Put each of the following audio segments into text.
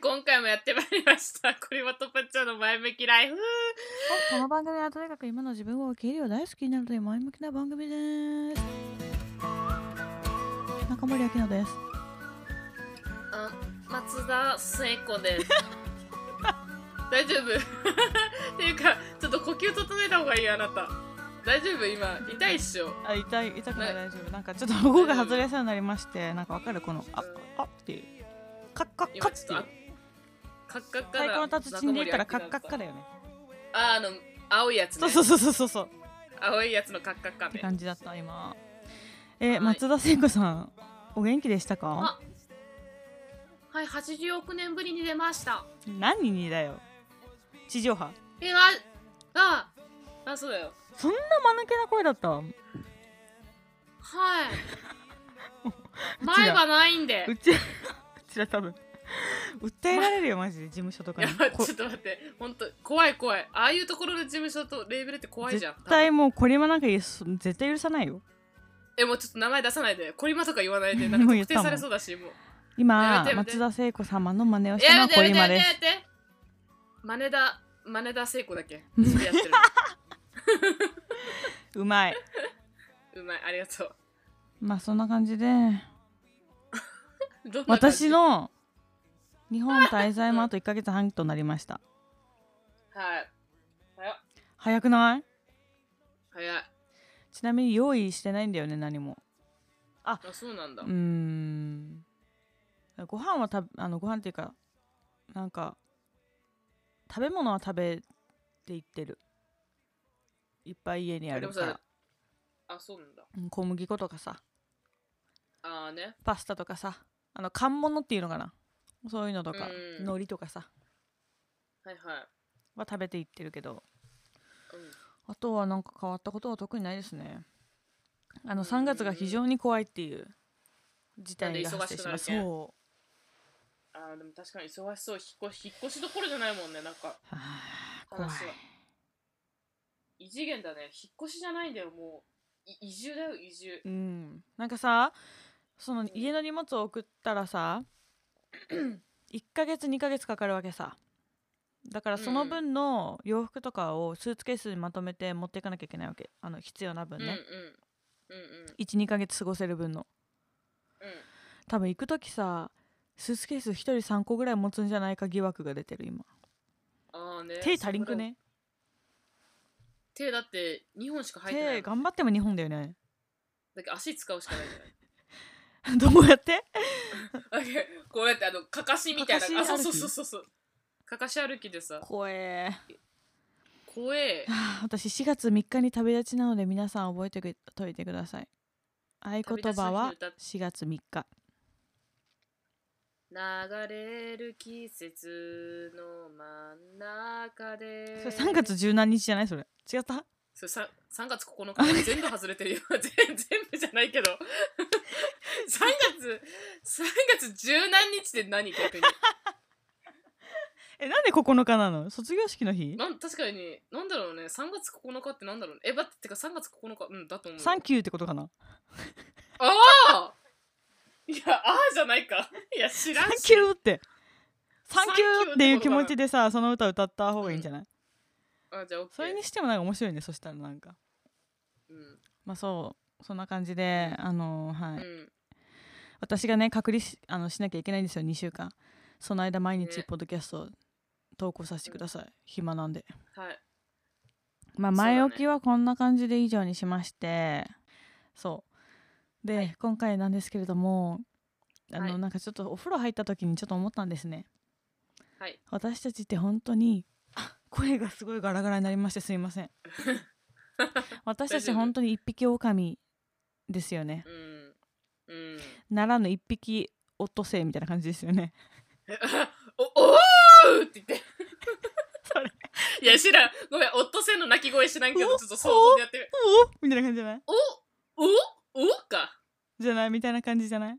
今回もやってまいりました。これはトパッチョの前向きライフ。はい、この番組はとにかく今の自分を受け入れを大好きになるという前向きな番組です。中森明菜です。あ、松田聖子です。 大丈夫っていうか、ちょっと呼吸整えた方がいいよ、あなた。大丈夫今、痛いっしょ。あ、痛い、痛くないね大丈夫。なんかちょっと顎が外れそうになりまして、なんかわかるこの、あ、あ、あっていう。カッカッカ今ッっちてょいっとあ、う。カッカッカ太鼓の達人で言ったらカッカッカだ。だよね。あ、あの、青いやつね。そうそうそうそうそうそう。青いやつのカッカッカってね。感じだった今。え、はい松田聖子さん、お元気でしたか？あはい、80億年ぶりに出ました。何にだよ。地上波。え、あ、あ、あ、そうだよ。そんな間抜けな声だった。はい。 ちら前がないんで。うちうちら多分訴えられるよマジで事務所といかやにこちょっと待って、本当怖い怖い。ああいうところの事務所とレーベルって怖いじゃ絶ん。対もうこれもなんか言うそ絶対許さないよえ、もうちょっと名前出さないで、コリマとか言わないで、なんか特定されそうだし、もう。や今めてやめて松田聖子様の真似をしいやたやのはめてこやれめてやめて今でやすめて。マネダ、マネダ聖子だっけ。それやってる うまいのうまい、ありがとう。まあそんな感じでどんな感じ私。の日本滞在もあと1ヶ月半となりましたはい。早い。早くない早い。ちなみに用意してないんだよね何もあ、そうなんだ。うーんご飯はたあのご飯っていうかなんか食べ物は食べていってるいっぱい家にあるかでもらさあ、そうなんだ。うん小麦粉とかさああね。パスタとかさあの缶物っていうのかなそういうのとかうん海苔とかさはいはい。は食べていってるけどうんあとはなんか変わったことは特にないですねあうのん3月が非常に怖いっていう事態がなんで忙発し生くしなるけますそうあーでも確かに忙しそう引っ越し引っ越しどころじゃないもんねなんかはあ怖い話は異次元だね引っ越しじゃないんだよもうい移住だよ移住うん、なんかさそのん家の荷物を送った らさ1ヶ月2ヶ月かかるわけさだからそのうんう分の洋服とかをスーツケースにまとめて持っていかなきゃいけないわけあの必要な分ね、うんうんうんうん12ヶ月過ごせる分のう多分行く時さスーツケース1人3個ぐらい持つんじゃないか疑惑が出てる今んああね手足りんくね手だって2本しか入ってない手もん頑張っても2本だよね だけど足使うしかないじゃない どうやってだけどこうやってあのかかしみたいなかかしあ歩きそうそうそうそうかかし歩きでさ怖え怖えはあ私4月3日に旅立ちなので皆さん覚えておいてください合言葉は旅立4月3日流れる季節の真ん中でそれ3月十何日じゃないそれ違ったそれ 3, 月9日で全部外れてるよ 全全部じゃないけ ど3月3月十何日で何逆に えなんで9日なの卒業式の日なん確かになんだろうね3月9日ってなんだろうねえ待っててか3月9日うんだと思うサンキューってことかなああいやああじゃないか いや知らサンんしキューってサンキサンキューュっーてってこというか気な持ちでさその歌歌った方がいいんじゃない、あじゃあ OK それにしてもなんか面白いねそしたらなんかうんまあそうそんな感じであのーうはい、ん私がね隔離しあのしなきゃいけないんですよ2週間その間毎日ねポッドキャストを投稿させてください、暇なんではいまあそうだね前置きはこんな感じで以上にしましてそうで、はい今回なんですけれどもあの、はいなんかちょっとお風呂入った時にちょっと思ったんですねはい私たちって本当にあ声がすごいガラガラになりましてすいま せん私た大ち丈夫本当に一匹狼ですよねうんうん ならぬ一匹落とせみたいな感じですよねおおーって言ってそれいや知らんごめんオットセイの鳴き声知らんけどおちょっと想像でやってみるおみたいな感じじゃないおおおかじゃないみたいな感じじゃない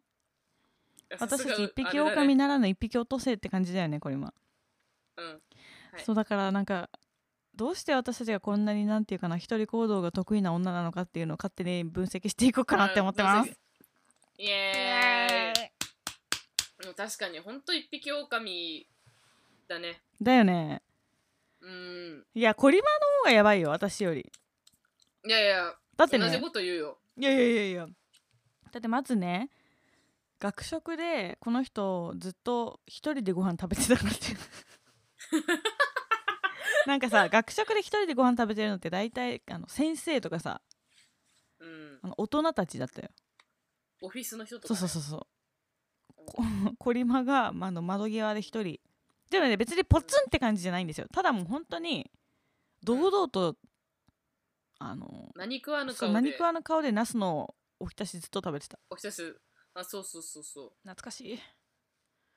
私たち一匹狼なならぬ一匹落とせって感じだよねこれ今うんはいそうだからなんかどうして私たちがこんなになんていうかな一人行動が得意な女なのかっていうのを勝手に分析していこうかなって思ってます。イエーイうん確かにほんと一匹狼だねだよねうんいやコリマの方がやばいよ私よりいやいやだって同じねこと言うよいやいやいやいやだってまずね学食でこの人ずっと一人でご飯食べてたか らっていうなんかさ学食で一人でご飯食べてるのって大体あの先生とかさうんあの大人たちだったよオフィスの人とそかうそうねそうそうこ コリマが、まあ、あの窓際で一人でもね別にポツンって感じじゃないんですよただもう本当に堂々とあの何食わぬそ顔でう何食わぬ顔でナスのおひたしずっと食べてたおひたしあそうそうそうそう懐かしい、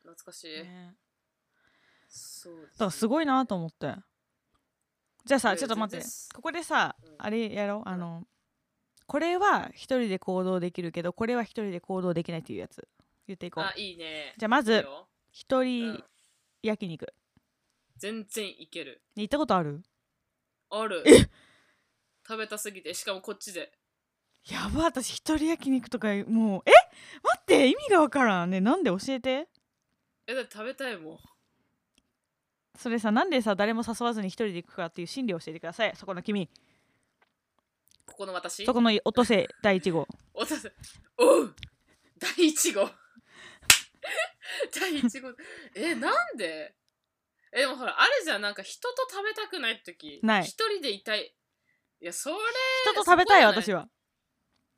懐かしい、ね、そうだからすごいなと思ってじゃあいやさいやちょっと待って全然すここでさうんあれやろうあのこれは一人で行動できるけどこれは一人で行動できないっていうやつ言っていこうあいいねじゃあまいいずよ一う人ん焼肉ね全然いける行ったことあるある食べたすぎてしかもこっちでやば私一人焼肉とかもうえ待って意味がわからんねなんで教えてえだって食べたいもんそれさなんでさ誰も誘わずに一人で行くかっていう心理を教えてくださいそこの君ここの私そこの落とせ第一号おたせおう第一号 第一号えなんでえでもほらあるじゃんなんか人と食べたくない時ない一人でいたいいやそれ人と食べたいよそこじゃない私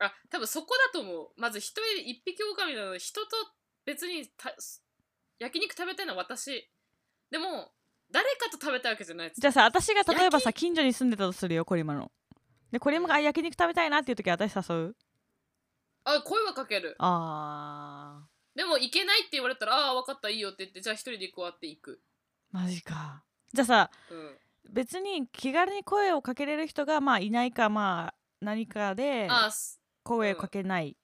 はあ多分そこだと思うまず一人一匹狼なので人と別にた焼肉食べたいのは私でも誰かと食べたいわけじゃないですじゃあさ私が例えばさ焼近所に住んでたとするよコリマのでコリマがあ焼肉食べたいなっていう時は私誘うあ声はかけるあでも行けないって言われたらああ分かったいいよって言ってじゃあ一人で行くわって行くーマジかじゃあさうん別に気軽に声をかけれる人がまあいないかまあ何かであーす声をかけない、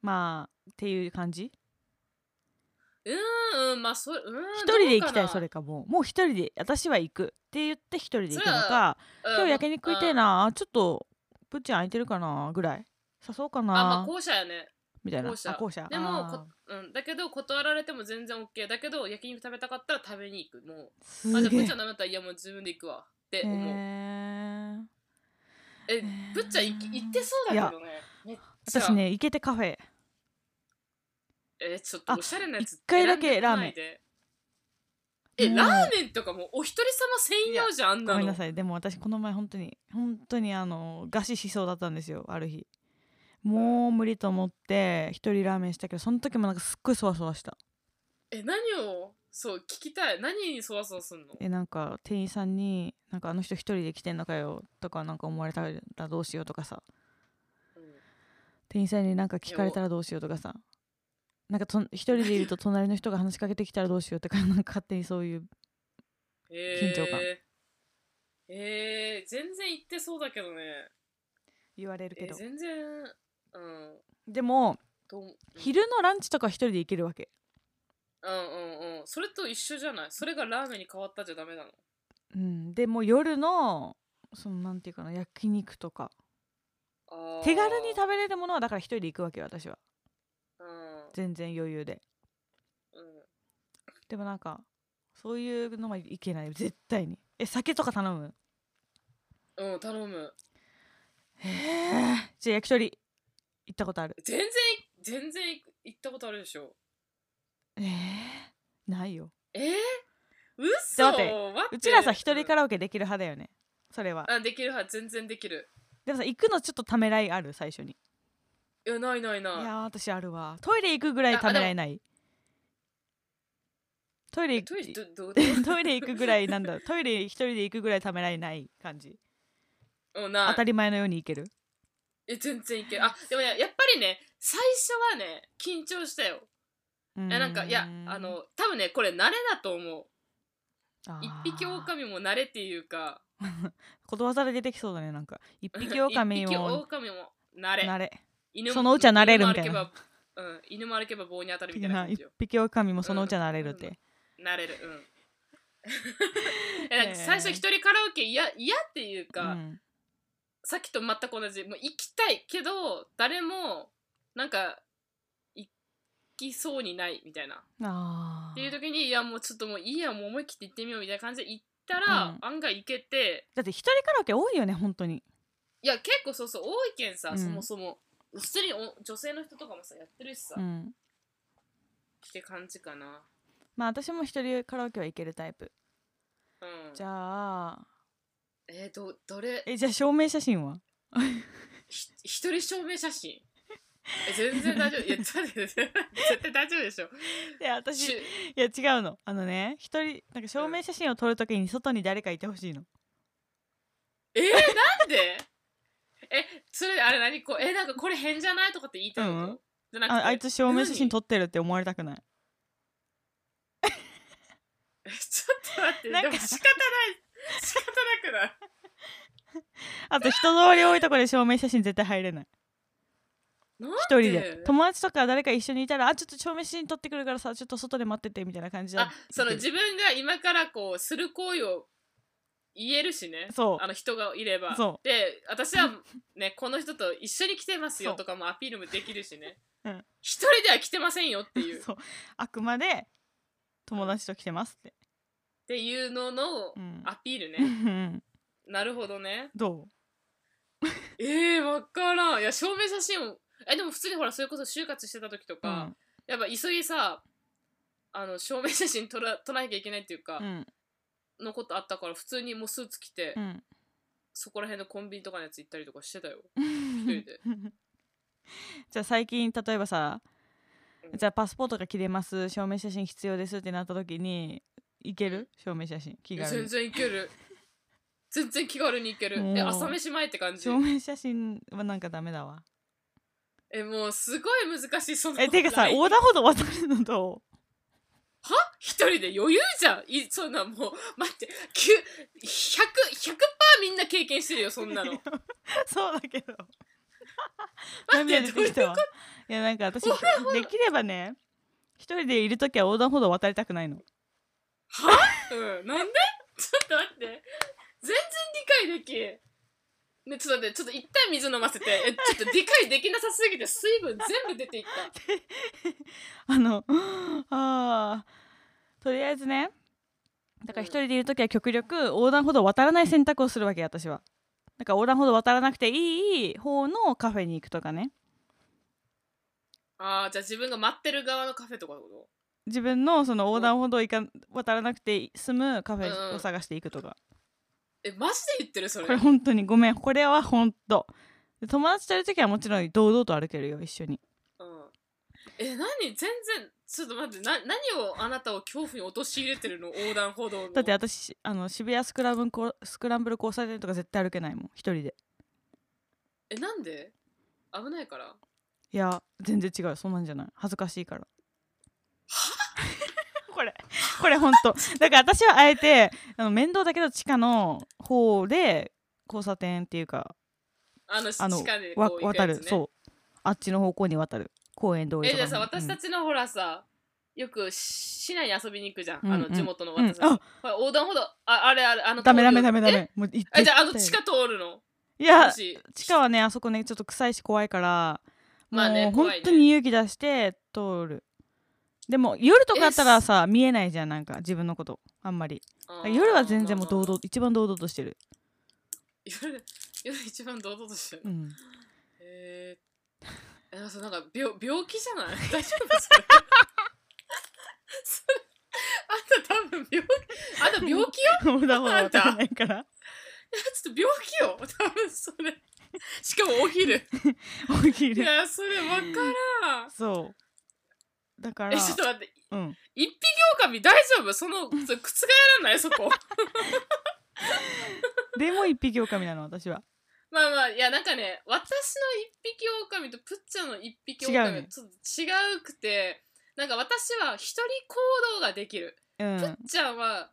まあっていう感じうーんうんまあそれうーん一人で行どうきたかないそれかもうもう一人で私は行くって言って一人で行くのそれかうん今日焼肉食いてえあなあちょっとプッチン空いてるかなぐらい誘おうかーあまあな後者やねみたいな後者あ後者であもーこうんだけど断られても全然 OK だけど焼肉食べたかったら食べに行くもすうあじゃあげぶえっちゃんダメだったらいやもう自分で行くわってへ思う、ーえーぶっちゃん行き行ってそうだけどねめっちゃ私ね行けてカフェえちょっとおしゃれなやつあ一回だ選んけでこないでえもうラーメンとかもお一人様専用じゃんあんごなめんのなさいでも私この前本当に本当にあの餓死しそうだったんですよある日もう無理と思って一人ラーメンしたけどその時もなんかすっごいそわそわしたえ何をそう聞きたい何にそわそわすんのえなんか店員さんに「なんかあの人一人で来てんのかよ」とかなんか思われたらどうしようとかさうん店員さんになんか聞かれたらどうしようとかさなんかとん一人でいると隣の人が話しかけてきたらどうしようとかなんか勝手にそういう緊張感えー、えー全然行ってそうだけどね言われるけえど全然うんでもとうん昼のランチとか一人で行けるわけうんうんうんそれと一緒じゃないそれがラーメンに変わったじゃダメなのうん、でもう夜のそのなんていうかな焼肉とかあー手軽に食べれるものはだから一人で行くわけよ私はうん全然余裕でうんでもなんかそういうのはいけない絶対にえ酒とか頼むうん、頼むへえじゃあ焼き鳥行ったことある全然全然行ったことあるでしょえー、ないよえー、うちそょっと待ってうちらさ一人カらラオケできる派だよねそれはあできるは全然できるでもさ行くのちょっとためらいある最初にいやないないいないやー私あるわトイレ行くぐらいためらいないトイレ行トイレどどう トイレ行くぐらいなんだトイレ一人で行くぐらいためらいない感じうんな当いたり前のように行けるえ全然いけるあでもややっぱりね最初はね緊張したようーえなんかいやあの多分ねこれ慣れだと思うあ一ー匹狼も慣れっていうかことわざで出てきそうだねなんか一匹一狼匹も狼も慣れなれ犬もそのうちは慣れるみたいな犬も歩けばうん、犬も歩けば棒に当たるみたいなな感じ一よ匹狼もそのうちはなれるっうんて慣れるうん えなんか最初一人カラオケ嫌嫌っていううか、んさっきと全く同じもう行きたいけど誰もなんかいきそうにないみたいなあっていうー時にいやもうちょっともういいやもう思い切って行ってみようみたいな感じで行ったら、案外行けてだって一人カラオケ多いよね本当にいや結構そうそう多いけんさ、うんそもそも普通にお女性の人とかもさやってるしさ、うっんて感じかなまあ私も一人カラオケは行けるタイプうんじゃあえー、どどれえじゃあ証明写真 はひ一人証明写真え全然 大丈夫いやちょっと待って絶対大丈夫でしょいや私しいや違うのあのね一人なんか証明写真を撮るときに外に誰かいてほしいのえー、なんで えそれあれ何こうえなんかこれ変じゃないとかって言いたいの、うんじゃなくてああいつ証明写真撮っってるって思われたくないてちょっと待ってなんかでも仕方ない仕方なくないあと人通り多いところで証明写真絶対入れないなん一人で友達とか誰か一緒にいたらあちょっと証明写真撮ってくるからさちょっと外で待っててみたいな感じだあその自分が今からこうする行為を言えるしねそうあの人がいればそで私はね この人と一緒に来てますよそうとかもアピールもできるしね うん一人では来てませんよっていうっ そうあくまで友達と来てますって、ていうののうんアピールうねん、なるほどねどえー、分からんいや証明写真をえでも普通にほらそれこそ就活してた時とう、うか、んやっぱ急ぎさあの証明写真撮ら撮らなきゃいけないっていうかう、んのことあったから普通にもうスーツ着て、うん、そこら辺のコンビニとかのやつ行ったりとかしてたよ人でじゃあ最近例えばさ、うんじゃあパスポートが切れます証明写真必要ですってなった時にいける証明写真 気軽全に然いける全然気軽にいけるえおー朝飯前って感じ証明写真はなんかダメ だわえもうすごい難しいそのえてかさライン横断歩道渡るのとは一人で余裕じゃんいそんなもう待ってきゅ 100%, 100みんな経験してるよそん なのそうだけど 待って涙出てきたわいやなんか 私できればね一人でいる時は横断歩道渡りたくないのうんなんで ちょっと待って全然理解できんねちょっと待ってちょっと一旦水飲ませてえちょっと理解できなさすぎて水分全部出ていったあのあーとりあえずねだから一人でいる時は極力横断歩道を渡らない選択をするわけ私はだから横断歩道を渡らなくていい方のカフェに行くとかねあーじゃあ自分が待ってる側のカフェとかってこ自分のその横断歩道を行か渡らなくて済むカフうんうェんを探していくとか、とえマジで言ってるそれこれ本当にごめんこれは本当で友達といる時はもちろん堂々と歩けるよ一緒にうんえ何全然ちょっと待ってな何をあなたを恐怖に陥れてるの横断歩道のだって私あの渋谷スクラブンコスクランブル交差点とか絶対歩けないもん一人でえなんで危ないからいや全然違うそんなんじゃない恥ずかしいから これこれほんとだから私はあえてあの面倒だけど地下の方で交差点っていうかあのあの地下でこわう行く渡やつ、ね、るそうあっちの方向に渡る公園通りえとじゃあかさの私たちのほらさ、よく市内に遊びに行くじゃん、うんあのうん地元の私たち、うんあほら横断歩道ああれあれあうのんダメダメダメダえメもう行ってえじゃああの地下通るのいや私地下はねあそこねちょっと臭いし怖いからもまあねう本怖いね当に勇気出して通るでも夜とかあったらさ見えないじゃんなんか自分のことあんまりあだーから夜は全然もう堂まあまあま々一番堂々としてるあ夜夜一番堂々としてる、うんえー、えそうなんか病病気じゃな い大丈夫それそれあんた多分病気あんた病気よ 横断歩道渡らないからちょっと病気よ多分それしかもお昼おい昼やそれ分からんそうだからえちょっと待ってうん一匹狼大丈夫そのそれ覆らないそ こでも一匹狼なの私はまあまあいやなんかね私の一匹狼とプッチャの一匹狼違うはねちょっと違うくてなんか私は一人行動ができる、うんプッチャは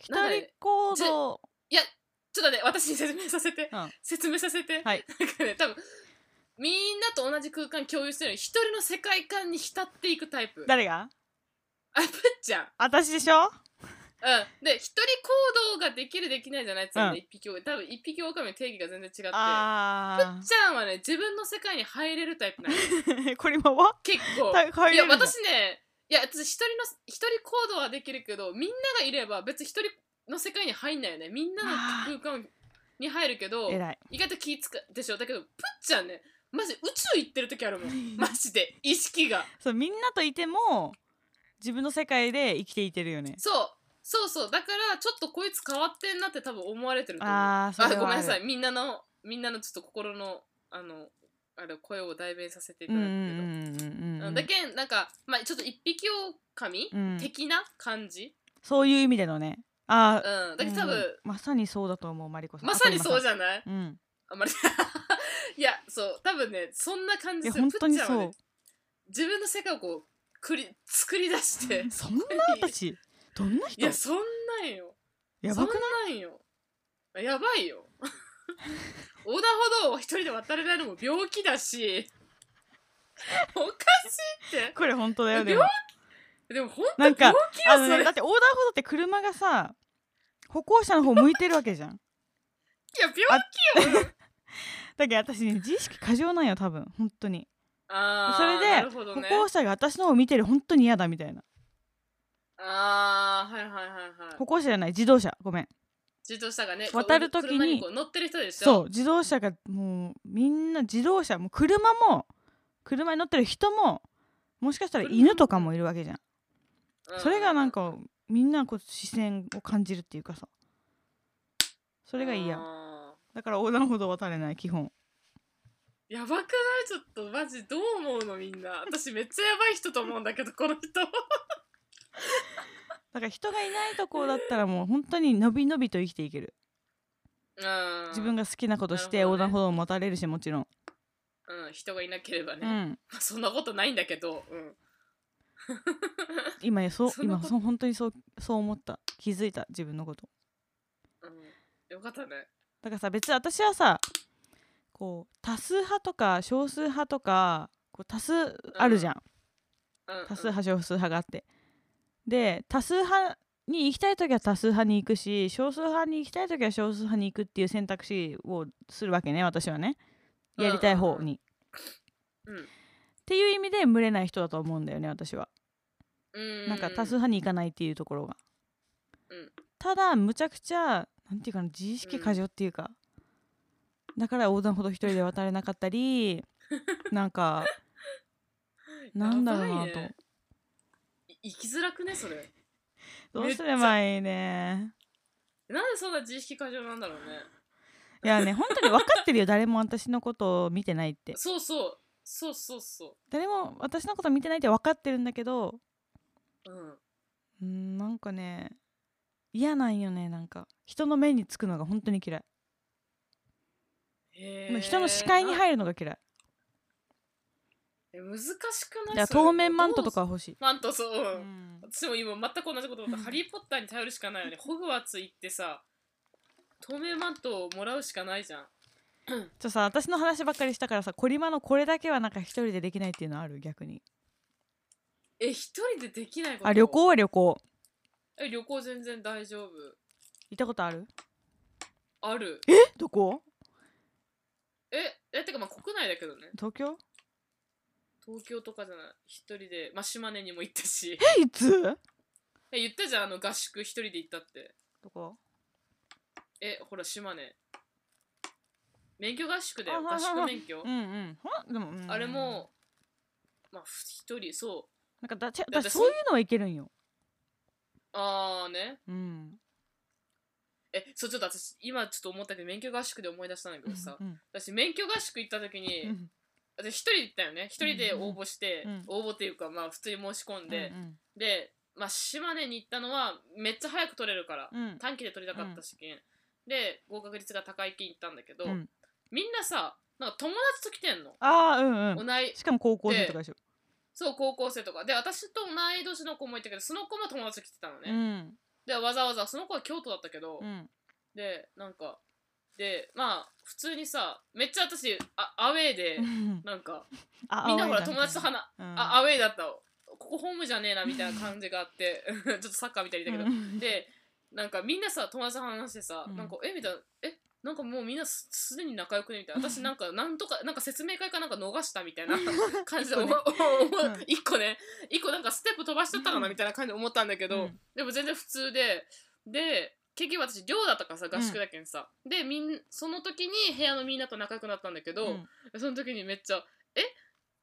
一人行ぜ動ちょっとね、私に説明させて、うん説明させて、はいなんかね、多分みんなと同じ空間共有してるのに一人の世界観に浸っていくタイプ。あ、誰がプッちゃん。私でしょうん、で一人行動ができるできないじゃないつまり一匹狼多分一匹狼の定義が全然違ってあちゃんはね自分の世界に入れるタイプなの ーこれ今は結構た入いれやるの私ねいや私一人の一人行動はできるけどみんながいれば別に一人の世界に入んないよねみんなのあ空間に入るけど 偉い意外と気使うでしょだけどぷっちゃんねマジ宇宙行ってる時あるもんマジで意識が そうみんなといても自分の世界で生きていてるよねそうそうそうだからちょっとこいつ変わってんなって多分思われてると思うあーそれはあるごめんなさいみんなのみんなのちょっと心のあのあれ声を代弁させていたうんだくうんけど、うんうんううんんだけんなんかまあちょっと一匹狼、うん的な感じそういう意味でのねあーうんだけど多分、うんまさにそうだと思うマリコさんまさにそうじゃゃないん、うん、あんまり いやそう多分ねそんな感いじやする本当にふっちゃんはそうね自分の世界をこうくり作り出して そんな私どんな人いやそんなんよやばくないそんなんよやばいよ 横断歩道を一人で渡れないのも病気だ しおかしいっこれ本当だよ病でもてでも本当なんか病気よあそのれ、ねだって横断歩道って車がさ歩行者の方向いてるわけじゃんいや病だけど私ね自意識過剰なんよ多分本当にあーそれなでるほど歩ね行者が私の方見てる本当に嫌だみたいなああはいはいはいはい歩行者じゃない自動車ごめん自動車がね渡る時に車にこう乗ってる人でしょそう自動車がもうみんな自動車もう車も車に乗ってる人ももしかしたら犬とかもいるわけじゃんうんそれがなんかみんなこう視線を感じるっていうかさそそれが嫌やだから横断歩道渡れない基本やばくないちょっとマジどう思うのみんな私めっちゃやばい人と思うんだけどこの人だから人がいないとこだったらもう本当にのびのびと生きていけるうん自分が好きなことしてなるほ横どね断歩道も渡れるしもちろんうん、人がいなければね、うまんあそんなことないんだけど、うん、今ねそ うそんな今ことそう本当にそうそう思った気づいた自分のことうん、よかったねだからさ別に私はさこう多数派とか少数派とかこう多数あるじゃん、うんうん多数派少数派があってで多数派に行きたい時は多数派に行くし少数派に行きたい時は少数派に行くっていう選択肢をするわけね私はねやりたい方に、うんっていう意味で群れない人だと思うんだよね私はうんなんか多数派に行かないっていうところが、うんただむちゃくちゃなんていうかな自意識過剰っていうか、だから横断歩道一人で渡れなかった りなんかなんだろうなと、やばいねい生きづらくねそれどうすればいいねなんでそんな自意識過剰なんだろうね いやね本当に分かってるよ誰も私のことを見てないってそうそうそうそうそ誰も私のこと見てないって分かってるんだけどううんうんなんかね嫌なんよねなんか人の目につくのが本当に嫌い、へもーう人の視界に入るのが嫌いえ難しくだなかいらそれ透明マントとかは欲しい、マントそう、ううん、ん、私も今全く同じこと思っうたんハリー・ポッターに頼るしかないよねホグワーツ行ってさ透明マントをもらうしかないじゃんちょっとさ私の話ばっかりしたからさコリマのこれだけはなんか一人でできないっていうのある逆にえ一人でできないことあ旅行は旅行え旅行全然大丈夫行ったことあるあるえどこええてかまあ国内だけどね東京東京とかじゃない一人でまあ島根にも行ったしえいつえ言ったじゃんあの合宿一人で行ったってどこえほら島根免許合宿だあよはいは合いはい宿免許うんうんほんでも、うんあれもまあふ一人そうなんかだちだって私そういうのはいけるんよああねうんえそうちょっと私今ちょっと思ったけど免許合宿で思い出したんだけどさうん私免許合宿行った時うにん私一人で行ったよね一人で応募して、うん応募っていうかまあ普通に申し込んで、うんで、まあ、島根に行ったのはめっちゃ早く取れるから、うん短期で取りたかった試験、で合格率が高い金行ったんだけど、うんみんなさなんか友達と来てんの、ああうん同うんいしかも高校生とかでしょそう高校生とかで私と同い年の子もいたけどその子も友達と来てたのね、うんでわざわざその子は京都だったけど、うんでなんかでまあ普通にさめっちゃ私あアウェーでうんなんか あみんなほら青い友達とみた話、いなうんあアウェーだったここホームじゃねえなみたいな感じがあって ちょっとサッカーみたいだけど、でなんかみんなさ友達と話してさ、うんなんかえみたいなえなんかもうみんなすすでに仲良くねみたいな私なんかなんとかなんか説明会かなんか逃したみた いな感じで一個ねおおおうん一個ね一個なんかステップ飛ばしちゃったかなみたいな感じで思ったんだけど、うんでも全然普通でで結局私寮だったからさ合宿だけんさ、でみんその時に部屋のみんなと仲良くなったんだけど、うんその時にめっちゃ「え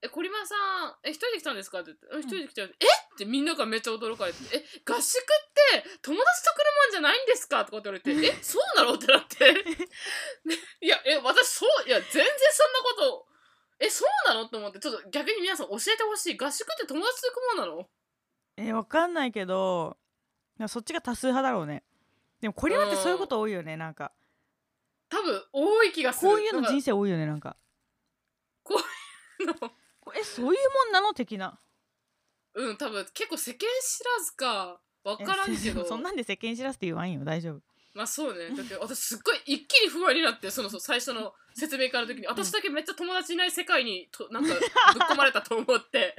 え小島さんえ一人で来たんですか?」って言ってうん「一人で来たよ」えってみんながめっちゃ驚かれて「え合宿って友達と来るもんじゃないんですか?」とかって言われて「えそうなの?」ってなって ね「いやえ私そういや全然そんなことえそうなの?」と思ってちょっと逆に皆さん教えてほしい合宿って友達と行くもんなのえわかんないけどなんかそっちが多数派だろうねでもこれはってそういうこと多いよねなんか多分多い気がするこういうの人生生多いよねなんかこえそういうもんなの的な うん多分結構世間知らずかわからんけえどそん なんで世間知らずって言わんよ 大丈夫まあそうね。だって私すっごい一気に不安になって、そのそう最初の説明からの時に、私だけめっちゃ友達いない世界にとなんかぶっ込まれたと思って。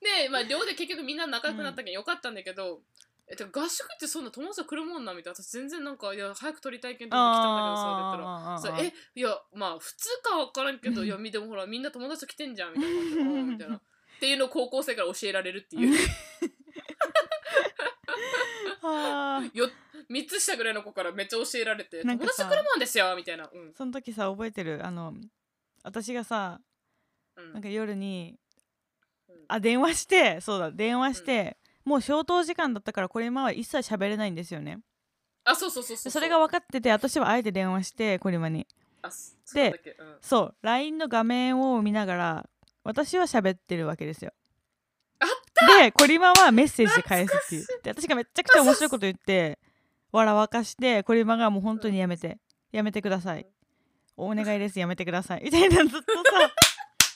で、まあ寮で結局みんな仲良くなったけんよかったんだけど、えっと合宿ってそんな友達と来るもんなみたいな。私全然なんか、いや、早く取りたいけんと思って来たんだけどさ、って言ったら。あそうえいやまあ普通かわからんけどいやみでもほらみんな友達と来てんじゃんみたいな感じで うんみたいなっていうのを高校生から教えられるっていうあーよ3つ下ぐらいの子からめっちゃ教えられて「なん友か達さと来るもんですよ」みたいな。うんその時さ覚えてるあの私がさうんなんか夜にうんあ電話してそうだ電話して、もう消灯時間だったからこれ今は一切喋れないんですよねあ、そうそうそうそ。そうれが分かってて私はあえて電話してこれまにあそそでうだっけうんそう LINE の画面を見ながら私は喋ってるわけですよあっでコリマはメッセージで返すっていうで私がめちゃくちゃ面白いこと言って笑わかしてコリマがもう本当にやめてやめてくださいお願いですやめてくださいみたいなずっ とさ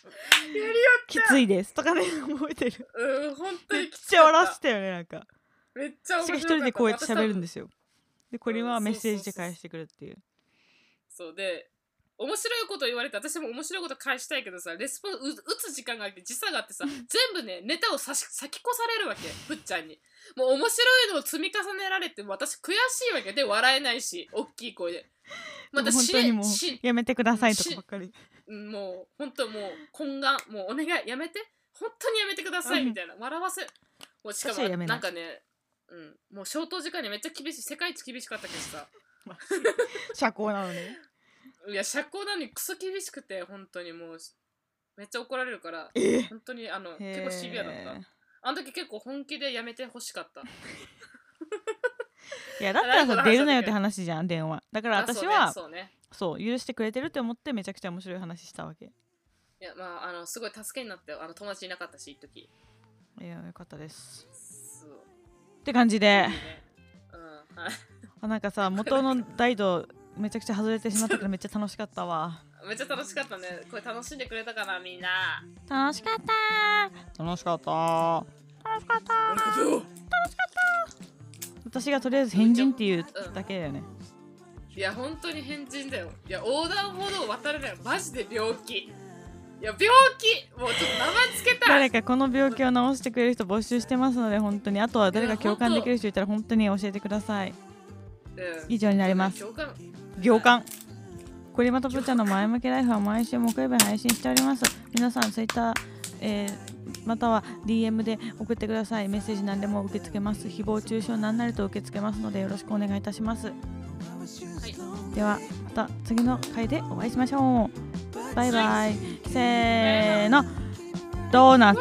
やりよきついですとかね覚えてるうん、本当めっにきつちゃかった笑わせたよねなんかめっちゃ面私白。が一人でこうやって喋るんですすよでコリマはメッセージで返してくるっていう私多分そうで、面白いこと言われて、私も面白いこと返したいけどさ、レスポンスう打つ時間があって、時差があってさ、全部ね、ネタをさし先越されるわけ、ふっちゃんに。もう面白いのを積み重ねられて、私悔しいわけで、笑えないし、大きい声で。またでも本死当にねも、う死やめてくださいとかばっかりうんもう本当もう懇願もうお願いやめて本当にやめてくださいうんみたいな笑わせもうしか私はやもめないなんかねうんもう消灯時間にめっちゃ厳しい世界一厳しかったけどさ社交なのにいや社交なのにクソ厳しくて本当にもうめっちゃ怒られるからえ本当にあの結構シビアだったあの時結構本気でやめてほしかったいやだったらあなさんか出るなよって話じゃん電話だからあ私はそうねそうねそう許してくれてるって思ってめちゃくちゃ面白い話したわけいやまああのすごい助けになってあの友達いなかったし一時いやよかったですそうって感じでいいねうんはいあなんかさ元の大道めちゃくちゃ外れてしまったからめっちゃ楽しかったわめっちゃ楽しかったねこれ楽しんでくれたかなみんな楽しかった楽しかった楽しかった私がとりあえず変人っていうだけだよねいや本当に変人だよいや横断歩道を渡れないマジで病気いや病気もうちょっと名前つけたい誰かこの病気を治してくれる人募集してますので本当にあとは誰か共感できる人いたら本当に教えてくださいうん以上になります共感行間こりまとぶちゃんの前向きライフは毎週木曜日配信しております皆さんツイッター、えーまたは DM で送ってくださいメッセージ何でも受け付けます誹謗中傷何なりと受け付けますのでよろしくお願いいたしますはいではまた次の回でお会いしましょうバイバイせーのドーナツ